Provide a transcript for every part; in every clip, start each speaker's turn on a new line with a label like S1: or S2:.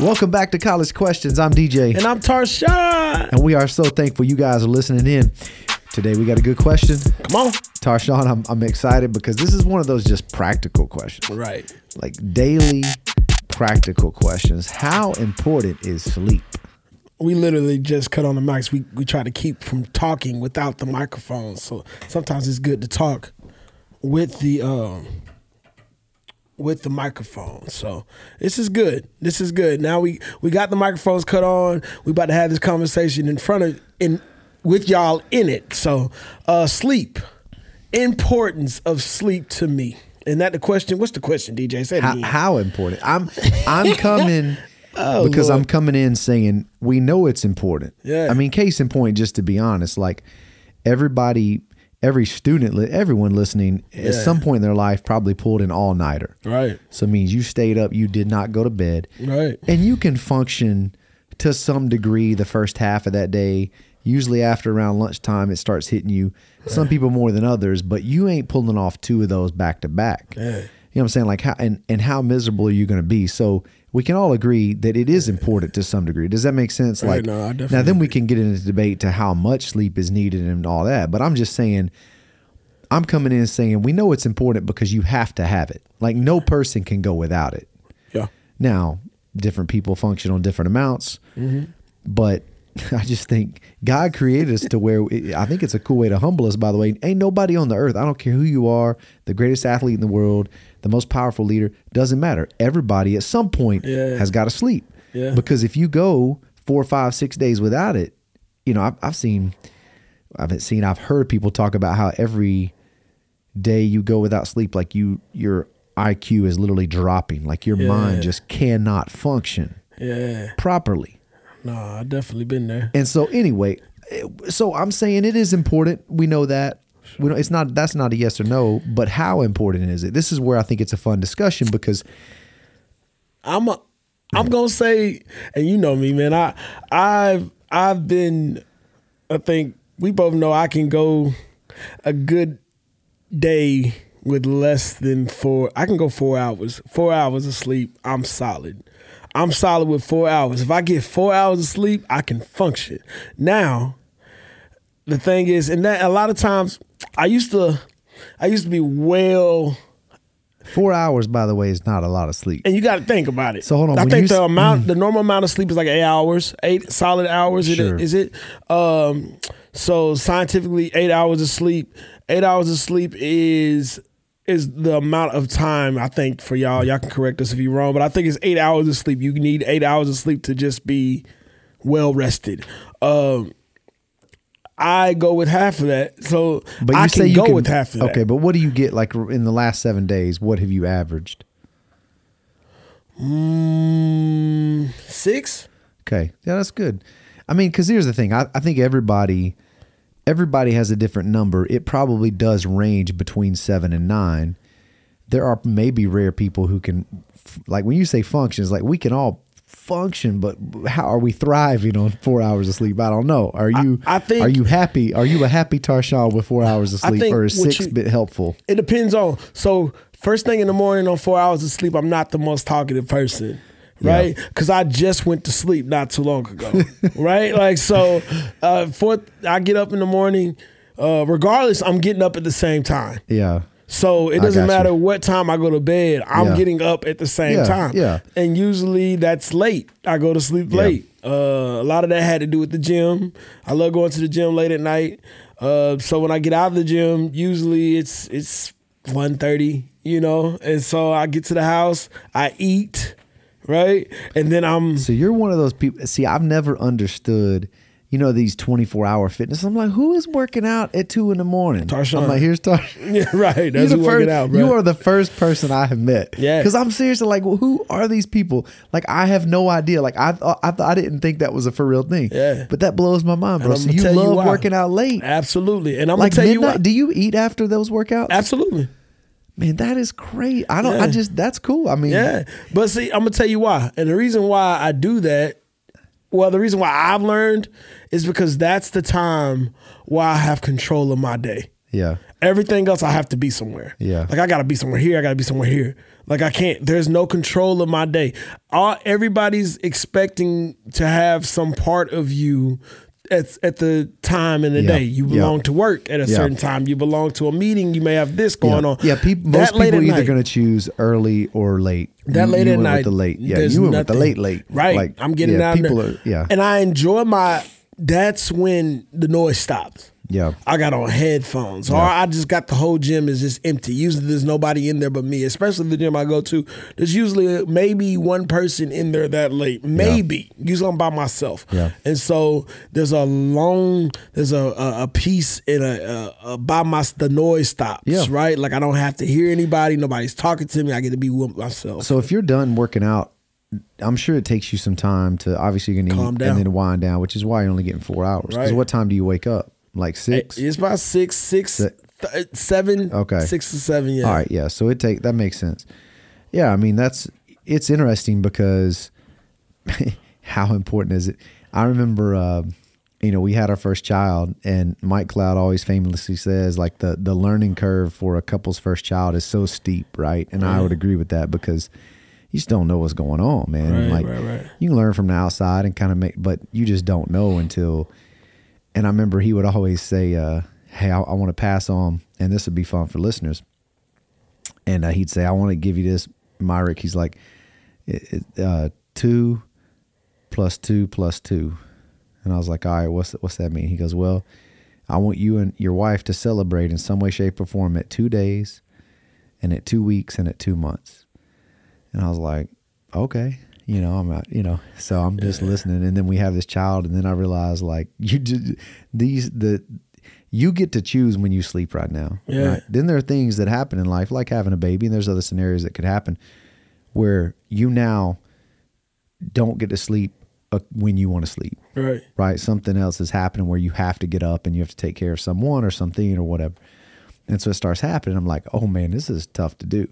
S1: Welcome back to College Questions. I'm DJ.
S2: And I'm Tarshawn.
S1: And we are so thankful you guys are listening in. Today we got a good question.
S2: Come on.
S1: Tarshawn, I'm, I'm excited because this is one of those just practical questions.
S2: Right.
S1: Like daily practical questions. How important is sleep?
S2: We literally just cut on the mics. We, we try to keep from talking without the microphones. So sometimes it's good to talk with the um with the microphone. So this is good. This is good. Now we we got the microphones cut on. We about to have this conversation in front of in with y'all in it. So uh sleep. Importance of sleep to me. And that the question, what's the question, DJ? Say it
S1: How,
S2: again.
S1: how important? I'm I'm coming because
S2: Oh, Lord.
S1: I'm coming in saying we know it's important.
S2: Yeah.
S1: I mean, case in point, just to be honest, like everybody, every student, li- everyone listening, at
S2: Yeah.
S1: some point in their life, probably pulled an all nighter.
S2: Right.
S1: So it means you stayed up, you did not go to bed.
S2: Right.
S1: And you can function to some degree the first half of that day. Usually after around lunchtime, it starts hitting you. Some people more than others, but you ain't pulling off two of those back to back. You know what I'm saying? Like how and, and how miserable are you gonna be? So we can all agree that it is important to some degree. Does that make sense?
S2: Right,
S1: Like
S2: no, I definitely
S1: now then we can get into the debate to how much sleep is needed and all that. But I'm just saying I'm coming in saying we know it's important because you have to have it. Like no person can go without it.
S2: Yeah.
S1: Now, different people function on different amounts, but I just think God created us to where I think it's a cool way to humble us. By the way, ain't nobody on the earth. I don't care who you are, the greatest athlete in the world, the most powerful leader. Doesn't matter. Everybody at some point
S2: Yeah.
S1: has got to sleep
S2: Yeah.
S1: because if you go four, five, six days without it, you know I've, I've seen, I've seen, I've heard people talk about how every day you go without sleep, like you your IQ is literally dropping. Like your mind just cannot function
S2: Yeah.
S1: properly.
S2: No, I definitely been there.
S1: And so anyway, it- so I'm saying it is important. We know that. We don't, it's not that's not a yes or no, but how important is it? This is where I think it's a fun discussion because
S2: I'm a, I'm gonna say, and you know me, man. I, I've, I've been, I think we both know I can go a good day with less than four. I can go four hours. Four hours of sleep, I'm solid. I'm solid with four hours. If I get four hours of sleep, I can function. Now, the thing is, and that a lot of times, I used to, I used to be well.
S1: four hours, by the way, is not a lot of sleep.
S2: and you got to think about it.
S1: So hold on,
S2: I
S1: when
S2: think
S1: you
S2: the
S1: s- mm.
S2: amount, the normal amount of sleep is like eight hours, eight solid hours. is it-
S1: Sure.
S2: Is it? Um, so scientifically, eight hours of sleep, eight hours of sleep is is the amount of time I think for y'all. Y'all can correct us if you're wrong, but I think it's eight hours of sleep. You need eight hours of sleep to just be well rested. Um, I go with half of that, so
S1: But you
S2: I
S1: say
S2: can
S1: you
S2: go
S1: can,
S2: with half of that.
S1: Okay, but what do you get like in the last seven days? What have you averaged?
S2: Mm, six.
S1: Okay. Yeah, that's good. I mean, because here's the thing. I, I think everybody everybody has a different number. It probably does range between seven and nine. There are maybe rare people who can, f- like when you say functions, like we can all function, but how are we thriving on four hours of sleep? I don't know. Are you?
S2: I think-
S1: Are you happy? Are you a happy Tarshawn with four hours of
S2: I
S1: sleep,
S2: think
S1: or is
S2: what
S1: six
S2: you-
S1: bit helpful?
S2: It depends on. So first thing in the morning on four hours of sleep, I'm not the most talkative person, right? Because I just went to sleep not too long ago, right? Like so, uh, fourth, I get up in the morning. Uh, regardless, I'm getting up at the same time.
S1: Yeah.
S2: So it doesn't
S1: got you.
S2: matter what time I go to bed. I'm
S1: Yeah.
S2: getting up at the same
S1: Yeah,
S2: time.
S1: yeah.
S2: And usually that's late. I go to sleep
S1: Yeah.
S2: late. Uh, a lot of that had to do with the gym. I love going to the gym late at night. Uh, so when I get out of the gym, usually it's it's 1.30, you know. And so I get to the house, I eat, right? And then I'm
S1: So you're one of those people. See, I've never understood, you know, these 24 hour fitness. I'm like, who is working out at two in the morning?
S2: Tarshawn.
S1: I'm like, here's Tarshawn.
S2: yeah, right. That's
S1: You're
S2: who
S1: the
S2: working
S1: first-
S2: out, bro.
S1: You are the first person I have met.
S2: Yeah.
S1: Because I'm seriously like, well, who are these people? Like, I have no idea. Like, I thought I, thought I didn't think that was a for real thing.
S2: Yeah.
S1: But that blows my mind, bro.
S2: And
S1: So
S2: I'ma
S1: you
S2: tell you
S1: love
S2: why.
S1: working out late.
S2: Absolutely. And I'm
S1: Like
S2: gonna tell
S1: midnight.
S2: you what.
S1: Do you eat after those workouts?
S2: Absolutely.
S1: Man, that is great. I don't. I
S2: Yeah.
S1: just. That's cool. I mean.
S2: Yeah. But see, I'm gonna tell you why. And the reason why I do that, well, the reason why I've learned is because that's the time where I have control of my day.
S1: Yeah.
S2: Everything else I have to be somewhere.
S1: Yeah.
S2: Like I gotta be somewhere here, I gotta be somewhere here. Like I can't. There's no control of my day. All everybody's expecting to have some part of you at at the time in the
S1: Yeah,
S2: day. You
S1: yeah.
S2: belong to work at a
S1: Yeah.
S2: certain time. You belong to a meeting. You may have this going
S1: yeah.
S2: on.
S1: Yeah, peop-
S2: That
S1: most
S2: late
S1: people
S2: at
S1: are either
S2: night-
S1: going to choose early or late.
S2: that
S1: you,
S2: late
S1: you
S2: at
S1: went
S2: night.
S1: with the late. Yeah,
S2: there's
S1: you went with the
S2: nothing.
S1: late late.
S2: Right.
S1: Like,
S2: I'm getting
S1: yeah,
S2: out
S1: People
S2: there.
S1: are yeah.
S2: And I enjoy my. That's when the noise stops.
S1: yeah.
S2: I got on headphones, or
S1: Yeah.
S2: I just got the whole gym is just empty. Usually, there's nobody in there but me. Especially the gym I go to, there's usually maybe one person in there that late. Maybe usually I'm by myself,
S1: Yeah.
S2: and so there's a long, there's a a, a piece in a, a, a by my the noise stops,
S1: Yeah.
S2: right? Like I don't have to hear anybody. Nobody's talking to me. I get to be with myself.
S1: So if you're done working out, I'm sure it takes you some time to obviously you're gonna
S2: Calm
S1: eat
S2: down.
S1: and then wind down, which is why you're only getting four hours. Because
S2: Right.
S1: what time do you wake up? Like six.
S2: it's about six, six,
S1: That-
S2: th- seven,
S1: Okay.
S2: six to seven. Yeah,
S1: All right, yeah. So it take that makes sense. Yeah, I mean that's it's interesting because how important is it? I remember, uh, you know, we had our first child, and Mike Cloud always famously says like the the learning curve for a couple's first child is so steep, right? And I would agree with that because you just don't know what's going on, man. And,
S2: Right,
S1: like
S2: right, right.
S1: you can learn from the outside and kind of make, but you just don't know until. And I remember he would always say, uh, "Hey, I, I want to pass on, and this would be fun for listeners." and uh, he'd say, "I want to give you this, Myrick." He's like, it, it, uh, two plus two plus two, and I was like, "All right, what's what's that mean?" He goes, "Well, I want you and your wife to celebrate in some way, shape, or form at two days, and at two weeks, and at two months." And I was like, "Okay." You know, I'm not, you know, so I'm just listening. And then we have this child, and then I realize, like, you just, these, the, you get to choose when you sleep right now.
S2: Yeah.
S1: right? then there are things that happen in life, like having a baby, and there's other scenarios that could happen where you now don't get to sleep uh, when you want to sleep,
S2: right.
S1: right? Something else is happening where you have to get up and you have to take care of someone or something or whatever. And so it starts happening. I'm like, oh man, this is tough to do.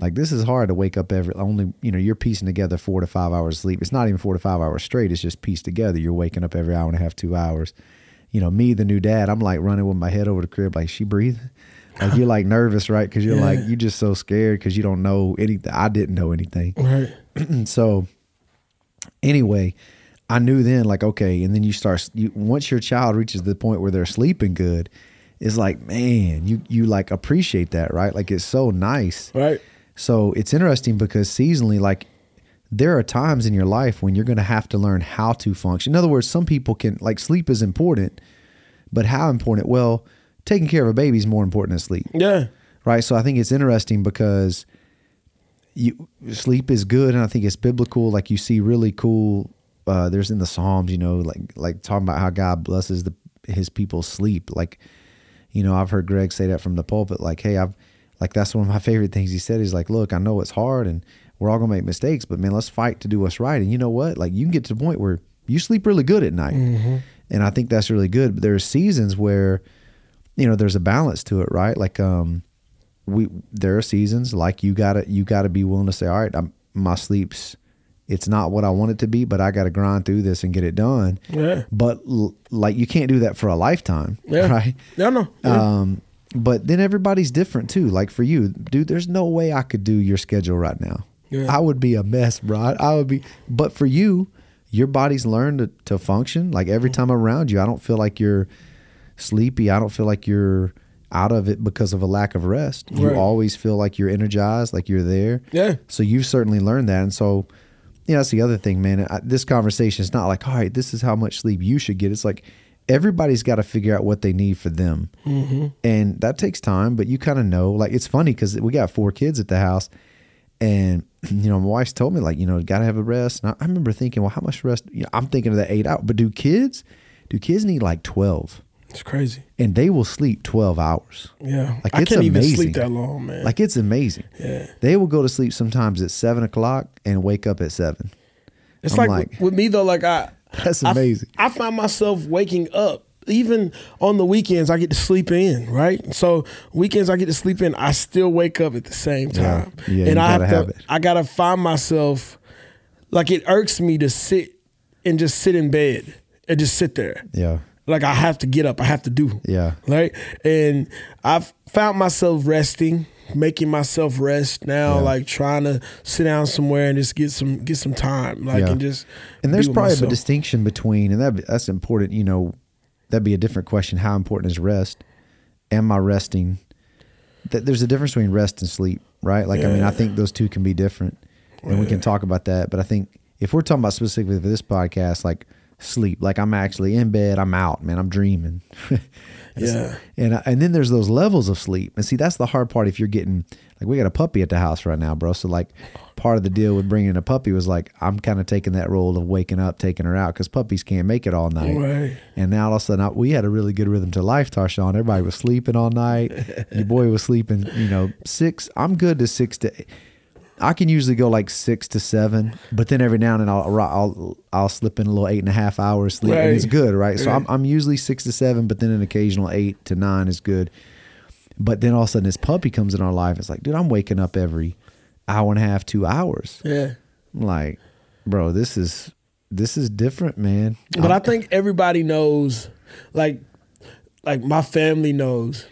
S1: Like this is hard to wake up every only you know you're piecing together four to five hours sleep. It's not even four to five hours straight. It's just pieced together. You're waking up every hour and a half, two hours. You know me, the new dad. I'm like running with my head over the crib, like she breathing. Like you're like nervous, right? Because you're
S2: Yeah.
S1: like you're just so scared because you don't know anything. I didn't know anything.
S2: Right.
S1: And so anyway, I knew then like okay, and then you start you once your child reaches the point where they're sleeping good, it's like man, you you like appreciate that, right? Like it's so nice.
S2: Right.
S1: So it's interesting because seasonally like there are times in your life when you're going to have to learn how to function. In other words, some people can like sleep is important, but how important? Well, taking care of a baby is more important than sleep
S2: Yeah.
S1: right? So I think it's interesting because you sleep is good, and I think it's biblical. Like you see really cool. Uh, there's in the Psalms, you know, like like talking about how God blesses the His people sleep. Like, you know, I've heard Greg say that from the pulpit. Like, hey, I've like that's one of my favorite things he said. He's like, look, I know it's hard, and we're all gonna make mistakes, but man, let's fight to do what's right. And you know what? Like, you can get to the point where you sleep really good at night, and I think that's really good. But there are seasons where you know there's a balance to it right like um we there are seasons like you gotta you gotta be willing to say all right I'm, my sleeps it's not what i want it to be but i gotta grind through this and get it done
S2: Yeah.
S1: but l- like you can't do that for a lifetime
S2: Yeah.
S1: right
S2: No, no. Yeah.
S1: um but then everybody's different too like for you dude there's no way i could do your schedule right now
S2: Yeah.
S1: i would be a mess bro I- i would be but for you your body's learned to, to function like every
S2: Mm-hmm.
S1: time I'm around you i don't feel like you're sleepy i don't feel like you're out of it because of a lack of rest you
S2: Right.
S1: always feel like you're energized like you're there
S2: Yeah.
S1: so you've certainly learned that and so you know that's the other thing man I, this conversation is not like all right this is how much sleep you should get it's like everybody's got to figure out what they need for them and that takes time but you kind of know like it's funny because we got four kids at the house and you know my wife's told me like you know gotta have a rest and i, I remember thinking well how much rest you know, i'm thinking of the eight out but do kids do kids need like 12
S2: It's crazy.
S1: and they will sleep 12 hours
S2: Yeah.
S1: Like,
S2: I
S1: it's
S2: can't even
S1: amazing.
S2: sleep that long, man.
S1: like it's amazing
S2: yeah.
S1: they will go to sleep sometimes at seven o'clock and wake up at seven
S2: It's
S1: I'm
S2: like,
S1: like-
S2: with me though, like I
S1: That's
S2: I-
S1: amazing.
S2: I, find myself waking up. Even on the weekends, I get to sleep in, right? So weekends I get to sleep in. I still wake up at the same
S1: Yeah.
S2: time,
S1: Yeah,
S2: and
S1: you
S2: I
S1: gotta have
S2: have to.
S1: it.
S2: I gotta find myself. Like it irks me to sit and just sit in bed and just sit there.
S1: yeah
S2: Like I have to get up. I have to do.
S1: Yeah.
S2: Right. And I've found myself resting, making myself rest now.
S1: Yeah.
S2: Like trying to sit down somewhere and just get some get some time. Like
S1: Yeah.
S2: and just
S1: And there's
S2: be with
S1: probably a
S2: myself.
S1: distinction between, and that that's important. You know, that'd be a different question. How important is rest? Am I resting? That there's a difference between rest and sleep, right? Like, I mean, I think those two can be different, and we can talk about that. But I think if we're talking about specifically for this podcast, like sleep, like I'm actually in bed, I'm out, man, I'm dreaming.
S2: Yeah.
S1: And I- and then there's those levels of sleep. And see, that's the hard part. If you're getting like we got a puppy at the house right now, bro. So like part of the deal with bringing a puppy was like I'm kind of taking that role of waking up, taking her out because puppies can't make it all night.
S2: Right.
S1: And now all of a sudden I, we had a really good rhythm to life, Tarshawn. Everybody was sleeping all night. Your boy was sleeping, you know, six. I'm good to six to. I can usually go like six to seven, but then every now and then I'll I'll I'll slip in a little eight and a half hours sleep, and it's
S2: Right.
S1: good, right? So
S2: Right.
S1: I'm I'm usually six to seven, but then an occasional eight to nine is good. But then all of a sudden this puppy comes in our life. It's like, dude, I'm waking up every hour and a half, two hours.
S2: Yeah.
S1: I'm like, bro, this is this is different, man.
S2: But I think everybody knows, like, like my family knows,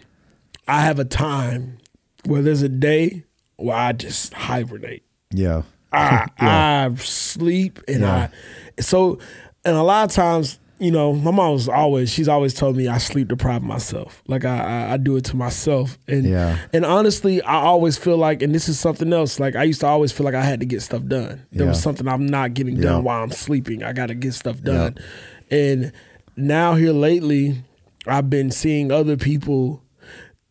S2: I have a time where there's a day where I just hibernate.
S1: yeah,
S2: I, I sleep and
S1: Yeah.
S2: I so and a lot of times you know my mom was always she's always told me I sleep deprive myself like I I, I do it to myself and
S1: Yeah.
S2: and honestly I always feel like and this is something else like I used to always feel like I had to get stuff done there was
S1: Yeah.
S2: something I'm not getting
S1: Yeah.
S2: done while I'm sleeping I got to get stuff done and now here lately I've been seeing other people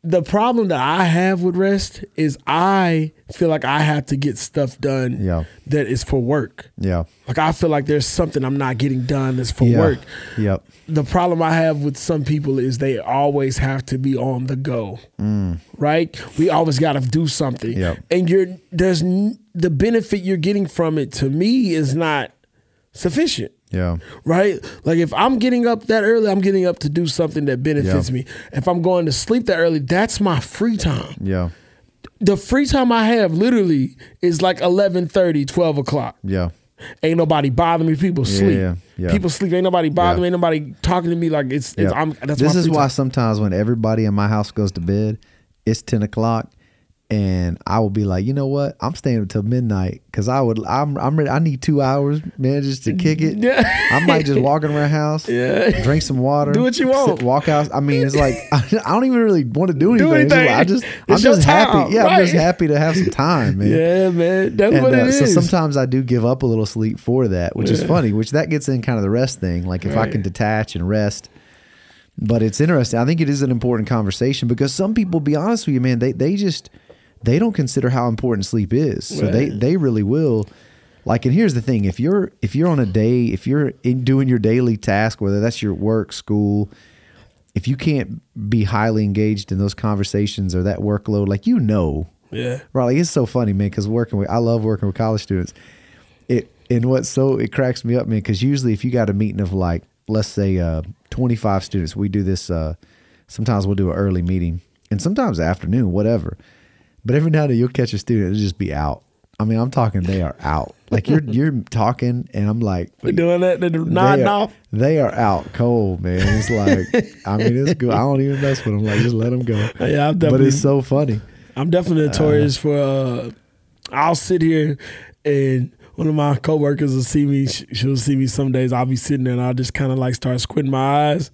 S2: the problem that I have with rest is I feel like I have to get stuff done
S1: Yeah.
S2: that is for work.
S1: yeah,
S2: Like I feel like there's something I'm not getting done that's for
S1: yeah,
S2: work.
S1: Yep.
S2: The problem I have with some people is they always have to be on the go. Right? We always got to do something.
S1: Mm. Yep.
S2: And you're there's n- the benefit you're getting from it to me is not sufficient
S1: Yeah.
S2: right? Like if I'm getting up that early, I'm getting up to do something that benefits
S1: Yeah.
S2: me. If I'm going to sleep that early, that's my free time.
S1: Yeah.
S2: The free time I have literally is like 11:30, 12 o'clock.
S1: Yeah.
S2: Ain't nobody bothering me. People sleep.
S1: yeah, yeah.
S2: People sleep. Ain't nobody bothering
S1: Yeah.
S2: me. Ain't nobody talking to me. Like it's. it's
S1: Yeah.
S2: I'm, that's
S1: this
S2: my
S1: is
S2: free
S1: why
S2: time.
S1: sometimes when everybody in my house goes to bed, it's ten o'clock, and I will be like, you know what? I'm staying until midnight because I would. I'm. I'm ready. I need two hours, man, just to kick it.
S2: Yeah.
S1: I might just walk around the house.
S2: Yeah.
S1: Drink some water.
S2: Do what you want.
S1: Sit, walk out. I mean, it's like I, don't even really want to do anything.
S2: Do
S1: It's just
S2: anything.
S1: like, I just.
S2: It's
S1: I'm
S2: your
S1: just
S2: time,
S1: happy. Yeah. I'm just
S2: right.
S1: happy to have some time, man.
S2: Yeah, man. That's
S1: And
S2: what
S1: uh,
S2: it is.
S1: so sometimes I do give up a little sleep for that, which is funny, which that gets in kind of the rest thing. Like if I
S2: Right.
S1: can detach and rest. But it's interesting. I think it is an important conversation because some people, be honest with you, man, they they just they don't consider how important sleep is. So they
S2: Right.
S1: they really will. Like, and here's the thing: if you're if you're on a day, if you're in doing your daily task, whether that's your work, school, if you can't be highly engaged in those conversations or that workload, like you know,
S2: yeah.
S1: Bro, like it's so funny, man, because working with I love working with college students. It and what's so it cracks me up, man, because usually if you got a meeting of like, let's say uh twenty five students, we do this uh sometimes we'll do an early meeting and sometimes afternoon, whatever. But every now and then you'll catch a student, it'll just be out. I mean, I'm talking they are out. Like you're you're talking and I'm like
S2: They're doing that. They're
S1: they
S2: nodding
S1: are,
S2: off.
S1: They are out cold, man. It's like I mean, it's good. I don't even mess with them. Like just let them go.
S2: Yeah,
S1: but
S2: I've definitely
S1: it's so funny.
S2: I'm definitely notorious for. Uh, I'll sit here and one of my coworkers will see me. sh- She'll see me some days. I'll be sitting there and I'll just kind of like start squinting my eyes,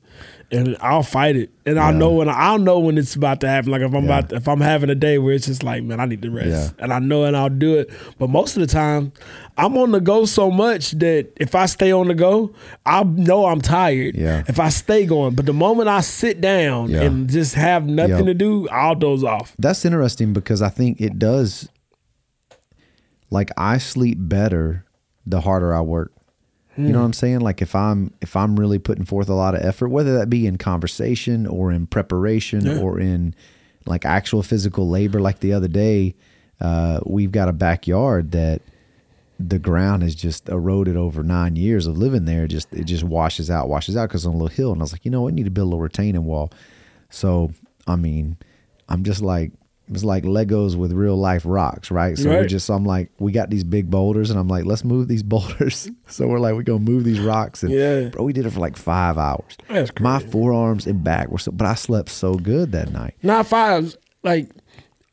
S2: and I'll fight it. And I'll
S1: Yeah.
S2: know when I'll know when it's about to happen. Like if I'm
S1: Yeah.
S2: about if I'm having a day where it's just like, man, I need to rest,
S1: Yeah.
S2: and I know and I'll do it. But most of the time, I'm on the go so much that if I stay on the go, I know I'm tired.
S1: Yeah.
S2: If I stay going, but the moment I sit down
S1: Yeah.
S2: and just have nothing
S1: Yep.
S2: to do, I'll doze off.
S1: That's interesting because I think it does. Like I sleep better the harder I work. You know what I'm saying? Like if I'm if I'm really putting forth a lot of effort, whether that be in conversation or in preparation or in like actual physical labor. Like the other day, uh, we've got a backyard that the ground is just eroded over nine years of living there. Just it just washes out, washes out because on a little hill. And I was like, you know, I need to build a little retaining wall. So I mean, I'm just like it's like Legos with real life rocks, right? So we
S2: Right.
S1: just, so I'm like, we got these big boulders, and I'm like, let's move these boulders. so we're like, we're gonna move these rocks, and
S2: Yeah.
S1: bro, we did it for like five hours.
S2: That's
S1: My forearms and back were so, but I slept so good that night.
S2: Nine fives, like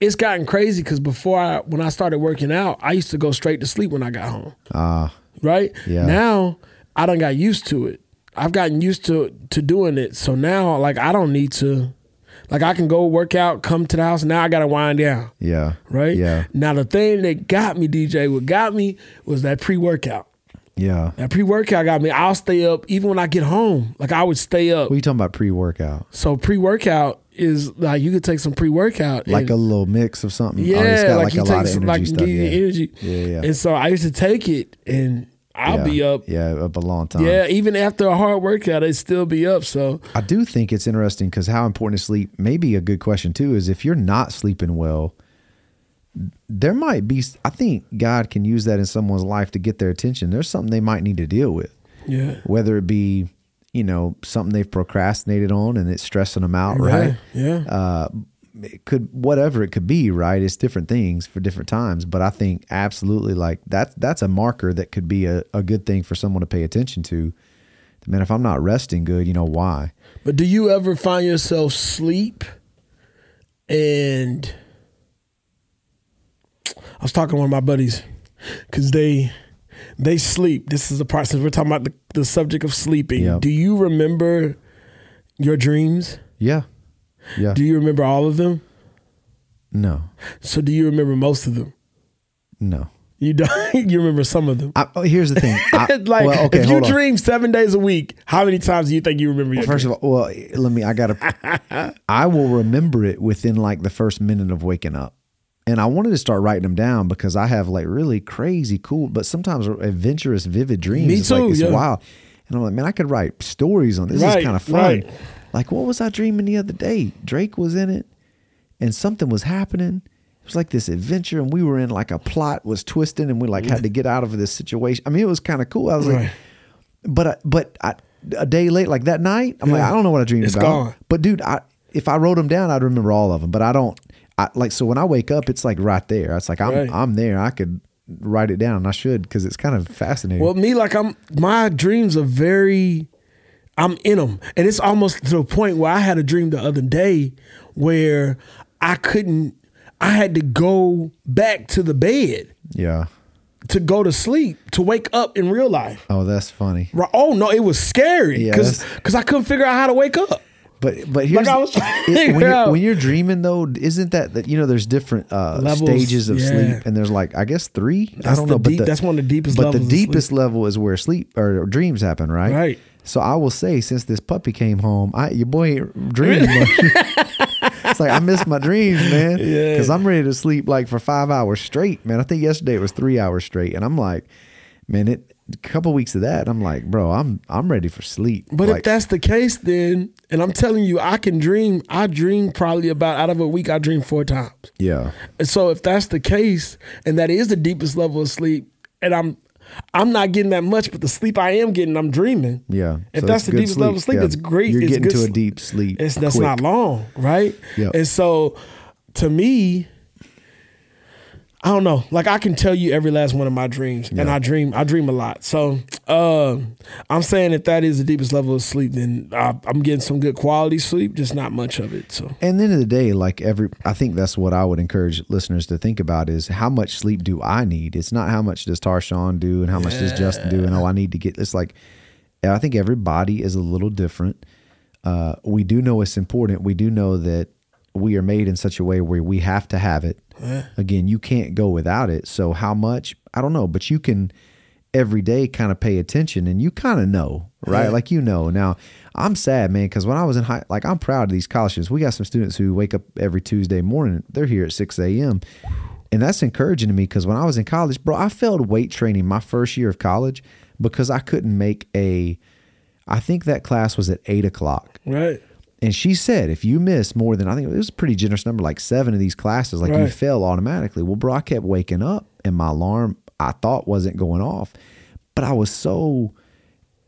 S2: it's gotten crazy because before I when I started working out, I used to go straight to sleep when I got home.
S1: Ah,
S2: Right?
S1: Yeah.
S2: Now I done got used to it. I've gotten used to to doing it. So now like I don't need to like I can go work out, come to the house. Now I gotta wind down.
S1: yeah,
S2: Right?
S1: yeah,
S2: Now the thing that got me, DJ, what got me was that pre workout.
S1: yeah.
S2: That pre workout got me. I'll stay up even when I get home. Like I would stay up.
S1: What are you talking about pre-workout?
S2: So pre workout is like you could take some pre workout.
S1: Like a little mix of something.
S2: yeah,
S1: oh, it's got
S2: like,
S1: like,
S2: you
S1: a lot
S2: take
S1: of
S2: some
S1: energy
S2: like
S1: stuff.
S2: give you
S1: yeah.
S2: energy.
S1: Yeah, yeah.
S2: And so I used to take it, and I'll
S1: yeah.
S2: be up.
S1: Yeah, up a long time.
S2: Yeah, even after a hard workout, I'd still be up. So
S1: I do think it's interesting because how important is sleep? Maybe a good question too is if you're not sleeping well, there might be. I think God can use that in someone's life to get their attention. There's something they might need to deal with,
S2: yeah,
S1: whether it be you know something they've procrastinated on and it's stressing them out, right?
S2: Yeah,
S1: Uh, it could whatever it could be, right? It's different things for different times, but I think absolutely like that's that's a marker that could be a, a good thing for someone to pay attention to. Man, if I'm not resting good, you know why?
S2: but do you ever find yourself sleep? And I was talking to one of my buddies because they they sleep. This is the part since we're talking about the, the subject of sleeping.
S1: Yep.
S2: Do you remember your dreams?
S1: Yeah. Yeah.
S2: Do you remember all of them?
S1: no.
S2: So do you remember most of them?
S1: No.
S2: You don't. You remember some of them.
S1: I, oh, here's the thing. I,
S2: like
S1: well, okay,
S2: if you
S1: hold on.
S2: dream seven days a week, how many times do you think you remember your
S1: First
S2: dream?
S1: of all, well, let me. I gotta. I will remember it within like the first minute of waking up, and I wanted to start writing them down because I have like really crazy, cool, but sometimes adventurous, vivid dreams.
S2: Me
S1: It's like,
S2: too,
S1: it's
S2: yeah.
S1: wild, and I'm like, man, I could write stories on this. this is
S2: Right,
S1: kind of fun.
S2: right.
S1: Like, what was I dreaming the other day? Drake was in it, and something was happening. It was like this adventure, and we were in like a plot was twisting, and we like had to get out of this situation. I mean, it was kind of cool. I was like,
S2: Mm. Right.
S1: but I, but I, a day late, like that night, I'm like,
S2: Yeah.
S1: I don't know what I dreamed
S2: It's
S1: about.
S2: gone.
S1: But dude, I if I wrote them down, I'd remember all of them. But I don't. I like so when I wake up, it's like right there. It's like I'm
S2: Right.
S1: I'm there. I could write it down. I should because it's kind of fascinating.
S2: Well, me like I'm. My dreams are very. I'm in them, and it's almost to the point where I had a dream the other day where I couldn't. I had to go back to the bed
S1: yeah.
S2: to go to sleep to wake up in real life.
S1: Oh, that's funny.
S2: Right. Oh no, it was scary
S1: Yeah,
S2: because
S1: that's-
S2: I couldn't figure out how to wake up.
S1: But but here's
S2: I was trying to
S1: it-
S2: figure
S1: when, you're,
S2: out.
S1: when you're dreaming though, isn't that that you know? There's different uh,
S2: Levels,
S1: stages of
S2: yeah.
S1: sleep, and there's like I guess three. I
S2: That's
S1: don't
S2: the
S1: know, but
S2: deep-
S1: the,
S2: that's one of the deepest
S1: But
S2: levels
S1: the
S2: of sleep.
S1: deepest level is where sleep or dreams happen, right?
S2: Right.
S1: So I will say, since this puppy came home, I your boy ain't dreaming. much. it's like I miss my dreams, man.
S2: Yeah.
S1: Because I'm ready to sleep like for five hours straight, man. I think yesterday it was three hours straight, and I'm like, man, it a couple weeks of that, I'm like, bro, I'm I'm ready for sleep.
S2: But
S1: like,
S2: if that's the case, then and I'm telling you, I can dream. I dream probably about out of a week. I dream four times.
S1: yeah,
S2: And so if that's the case, and that is the deepest level of sleep, and I'm I'm not getting that much, but the sleep I am getting, I'm dreaming.
S1: yeah.
S2: If
S1: So
S2: that's
S1: it's
S2: the
S1: good
S2: deepest level of sleep,
S1: yeah.
S2: it's great.
S1: You're
S2: it's
S1: getting
S2: good
S1: to a
S2: sl-
S1: deep sleep.
S2: It's that's
S1: quick.
S2: not long, right?
S1: Yep.
S2: And so to me, I don't know. Like I can tell you every last one of my dreams, and I dream. I dream a lot. So um, I'm saying if that is the deepest level of sleep, then I, I'm getting some good quality sleep, just not much of it. So
S1: And then of the day, like every, I think that's what I would encourage listeners to think about is how much sleep do I need? It's not how much does Tarshawn do and how much does Justin do and oh, I need to get. It's like, I think every body is a little different. Uh, we do know it's important. We do know that we are made in such a way where we have to have it. Again, you can't go without it. So how much? I don't know, but you can every day kind of pay attention and you kind of know, right? Like you know. Now, I'm sad, man, because when I was in high, like I'm proud of these college students. We got some students who wake up every Tuesday morning. They're here at 6 a.m. And that's encouraging to me because when I was in college, bro, I failed weight training my first year of college because I couldn't make a. I think that class was at eight o'clock.
S2: right,
S1: And she said, if you miss more than I think it was a pretty generous number, like seven of these classes, like you
S2: Right.
S1: fail automatically. Well, bro, I kept waking up and my alarm I thought wasn't going off, but I was so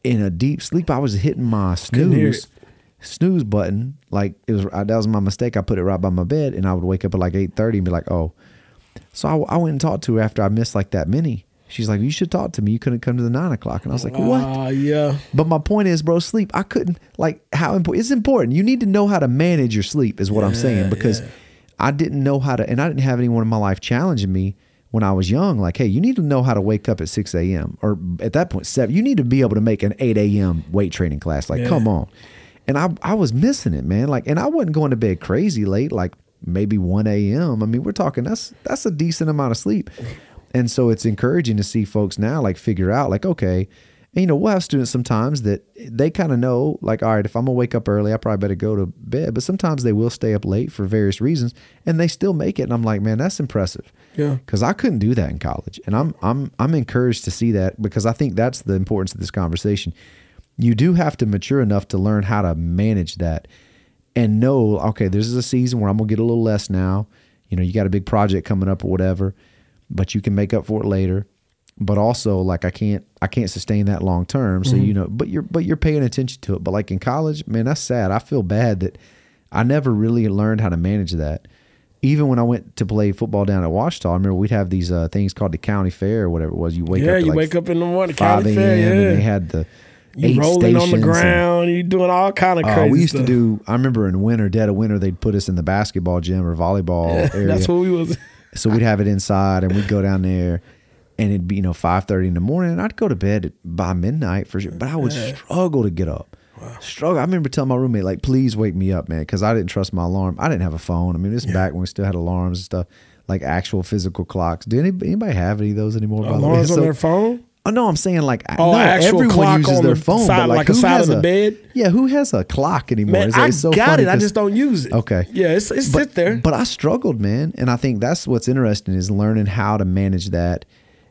S1: in a deep sleep. I was hitting my
S2: hear
S1: snooze snooze button. Like it was that was my mistake. I put it right by my bed, and I would wake up at like eight thirty and be like, oh. So I, I went and talked to her after I missed like that many. She's like, you should talk to me. You couldn't come to the nine o'clock, and I was like, what?
S2: Ah, yeah.
S1: But my point is, bro, sleep. I couldn't like how important it's important. You need to know how to manage your sleep, is what I'm saying, because I didn't know how to, and I didn't have anyone in my life challenging me when I was young. Like, hey, you need to know how to wake up at 6 a.m. or at that point seven. You need to be able to make an 8 a.m. weight training class. Like, come on. And I I was missing it, man. Like, and I wasn't going to bed crazy late, like maybe 1 a.m. I mean, we're talking that's that's a decent amount of sleep. And so it's encouraging to see folks now like figure out like, okay, and, you know, we'll have students sometimes that they kind of know, like, all right, if I'm gonna wake up early, I probably better go to bed. But sometimes they will stay up late for various reasons, and they still make it. And I'm like, man, that's impressive.
S2: Yeah.
S1: Because I couldn't do that in college, and I'm I'm I'm encouraged to see that because I think that's the importance of this conversation. You do have to mature enough to learn how to manage that, and know, okay, this is a season where I'm gonna get a little less now. You know, you got a big project coming up or whatever, but you can make up for it later but also like I can't I can't sustain that long term. So you know, but you're but you're paying attention to it. But like in college, man, that's sad. I feel bad that I never really learned how to manage that. Even when I went to play football down at Washita, I remember we'd have these uh, things called the county fair or whatever it was. You wake
S2: Yeah,
S1: up, to
S2: you
S1: like
S2: wake up in the morning,
S1: five
S2: county fair,
S1: a.m.
S2: yeah.
S1: and they had the eight
S2: You rolling on
S1: stations
S2: the
S1: and-
S2: ground, you doing all kind of
S1: uh,
S2: crazy.
S1: we used to
S2: stuff.
S1: do. I remember in winter, dead of winter, they'd put us in the basketball gym or volleyball area. Oh,
S2: That's what we was.
S1: So we'd have it inside, and we'd go down there, and it'd be you know five thirty in the morning. I'd go to bed at, by midnight for sure, but I would struggle to get up. Struggle. I remember telling my roommate like, "Please wake me up, man," because I didn't trust my alarm. I didn't have a phone. I mean, this is back when we still had alarms and stuff, like actual physical clocks. Do anybody, anybody have any of those anymore? by the way?
S2: Alarms on
S1: So-
S2: their phone.
S1: Oh, no, I'm saying like
S2: Oh,
S1: no,
S2: actual
S1: everyone
S2: clock
S1: uses
S2: on
S1: their
S2: the
S1: phone,
S2: side,
S1: but like,
S2: like a
S1: who
S2: side
S1: has
S2: of the bed?
S1: Yeah, who has a clock anymore?
S2: Man,
S1: It's-
S2: I
S1: it's so
S2: got
S1: funny
S2: it. I
S1: 'cause-
S2: just don't use it.
S1: Okay.
S2: Yeah, it's it's
S1: but,
S2: sit there.
S1: But I struggled, man, and I think that's what's interesting is learning how to manage that.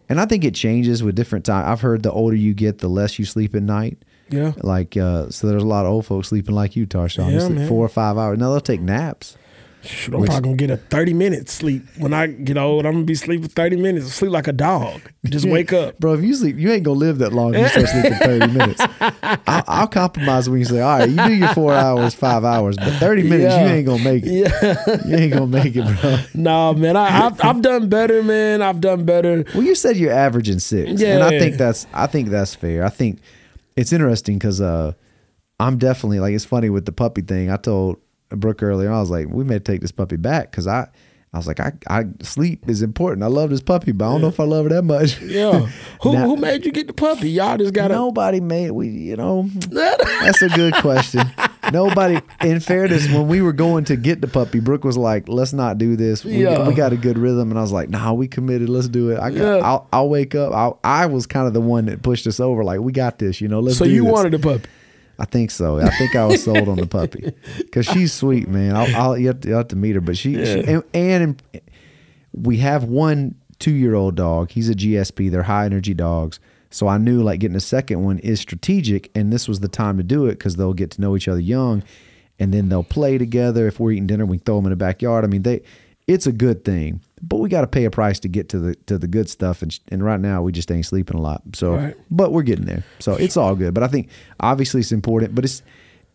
S1: And I think it changes with different time. I've heard the older you get, the less you sleep at night.
S2: Yeah.
S1: Like uh, so, there's a lot of old folks sleeping like you, Tarshawn. They
S2: Yeah,
S1: sleep
S2: man.
S1: four or five hours. Now they'll take naps.
S2: Shoot, I'm probably gonna get a 30 minute sleep when I get old. I'm gonna be sleeping 30 minutes. Sleep like a dog. Just wake up.
S1: Bro, if you sleep, you ain't gonna live that long. If you start sleeping thirty minutes. I'll, I'll compromise when you say, "All right, you do your four hours, five hours, but thirty minutes, you
S2: Yeah.
S1: ain't gonna make it. You ain't gonna make it, bro."
S2: Nah, man, I, I've I've done better, man. I've done better.
S1: Well, you said you're averaging six, and I
S2: Yeah.
S1: think that's I think that's fair. I think it's interesting because uh, I'm definitely like it's funny with the puppy thing. I told Brooke earlier, I was like, we may take this puppy back because I. I was like, I, I sleep is important. I love this puppy, but I don't know if I love her that much.
S2: Yeah. Who
S1: Now-
S2: who made you get the puppy? Y'all just gotta.
S1: Nobody made we, you know. That's a good question. Nobody. In fairness, when we were going to get the puppy, Brooke was like, "Let's not do this. We,
S2: Yeah.
S1: we got a good rhythm," and I was like, "Nah, we committed. Let's do it. I got,
S2: Yeah.
S1: I'll, I'll wake up. I'll, I was kind of the one that pushed us over. Like, we got this. You know, let's."
S2: So
S1: do
S2: you
S1: this."
S2: wanted the puppy.
S1: I think so. I think I was sold on the puppy because she's sweet, man. I'll, I'll you, have to, you'll have to meet her, but she, she and, and we have one two-year-old dog. He's a GSP. They're high-energy dogs. So I knew like getting a second one is strategic, and this was the time to do it because they'll get to know each other young, and then they'll play together. If we're eating dinner, we can throw them in the backyard. I mean, they, it's a good thing, but we got to pay a price to get to the to the good stuff, and and right now we just ain't sleeping a lot. So
S2: Right.
S1: but we're getting there. So it's all good. But I think obviously it's important, but it's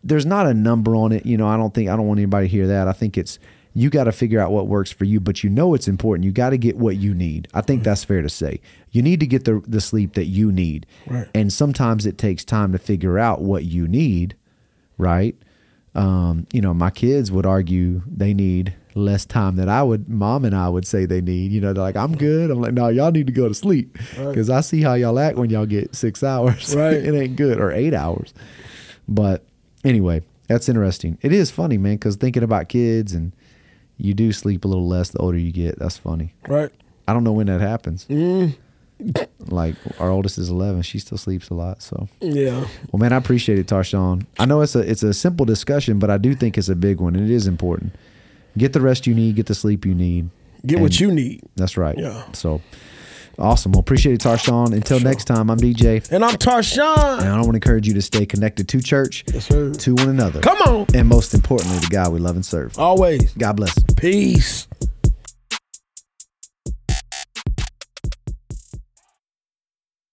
S1: there's not a number on it. You know, I don't think I don't want anybody to hear that. I think it's you got to figure out what works for you, but you know it's important. You got to get what you need. I think that's fair to say. You need to get the the sleep that you need.
S2: Right.
S1: And sometimes it takes time to figure out what you need, right? Um, you know, my kids would argue they need less time than I would, mom and I would say they need. You know, they're like, I'm good. I'm like, no, y'all need to go to sleep because I see how y'all act when y'all get six hours.
S2: Right.
S1: it ain't good or eight hours. But anyway, that's interesting. It is funny, man, because thinking about kids and you do sleep a little less the older you get. That's funny.
S2: Right.
S1: I don't know when that happens.
S2: Mm.
S1: like our oldest is 11. She still sleeps a lot. So.
S2: Yeah.
S1: Well, man, I appreciate it, Tarshawn. I know it's a it's a simple discussion, but I do think it's a big one, and it is important. Get the rest you need. Get the sleep you need.
S2: Get
S1: And
S2: what you need.
S1: That's right.
S2: Yeah.
S1: So awesome. Well, appreciate it, Tarshawn. Until next time, I'm DJ,
S2: And I'm Tarshawn.
S1: and I want to encourage you to stay connected to church,
S2: Yes, sir.
S1: to one another,
S2: Come on.
S1: and most importantly, to God we love and serve.
S2: Always.
S1: God bless.
S2: Peace.